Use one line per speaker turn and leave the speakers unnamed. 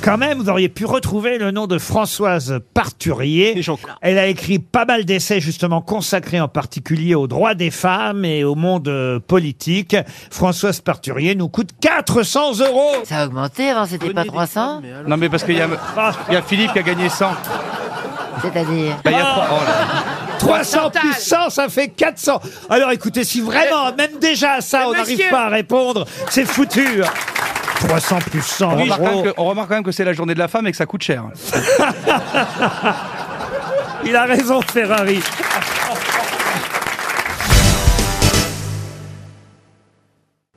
Quand même, vous auriez pu retrouver le nom de Françoise Parturier. Elle a écrit pas mal d'essais justement consacrés en particulier aux droits des femmes et au monde euh, politique. Françoise Parturier nous coûte 400 euros.
Ça a augmenté avant, c'était pas 300
Non, mais parce qu'il y a, il y a Philippe qui a gagné 100.
C'est-à-dire
Bah, il y a trois- oh là.
300 plus 100, ça fait 400. Alors écoutez, si vraiment, même déjà à ça, on n'arrive pas à répondre, c'est foutu. 300 plus 100
on, remarque quand
euros.
même que, on remarque quand même que c'est la journée de la femme et que ça coûte cher.
Il a raison, Ferrari.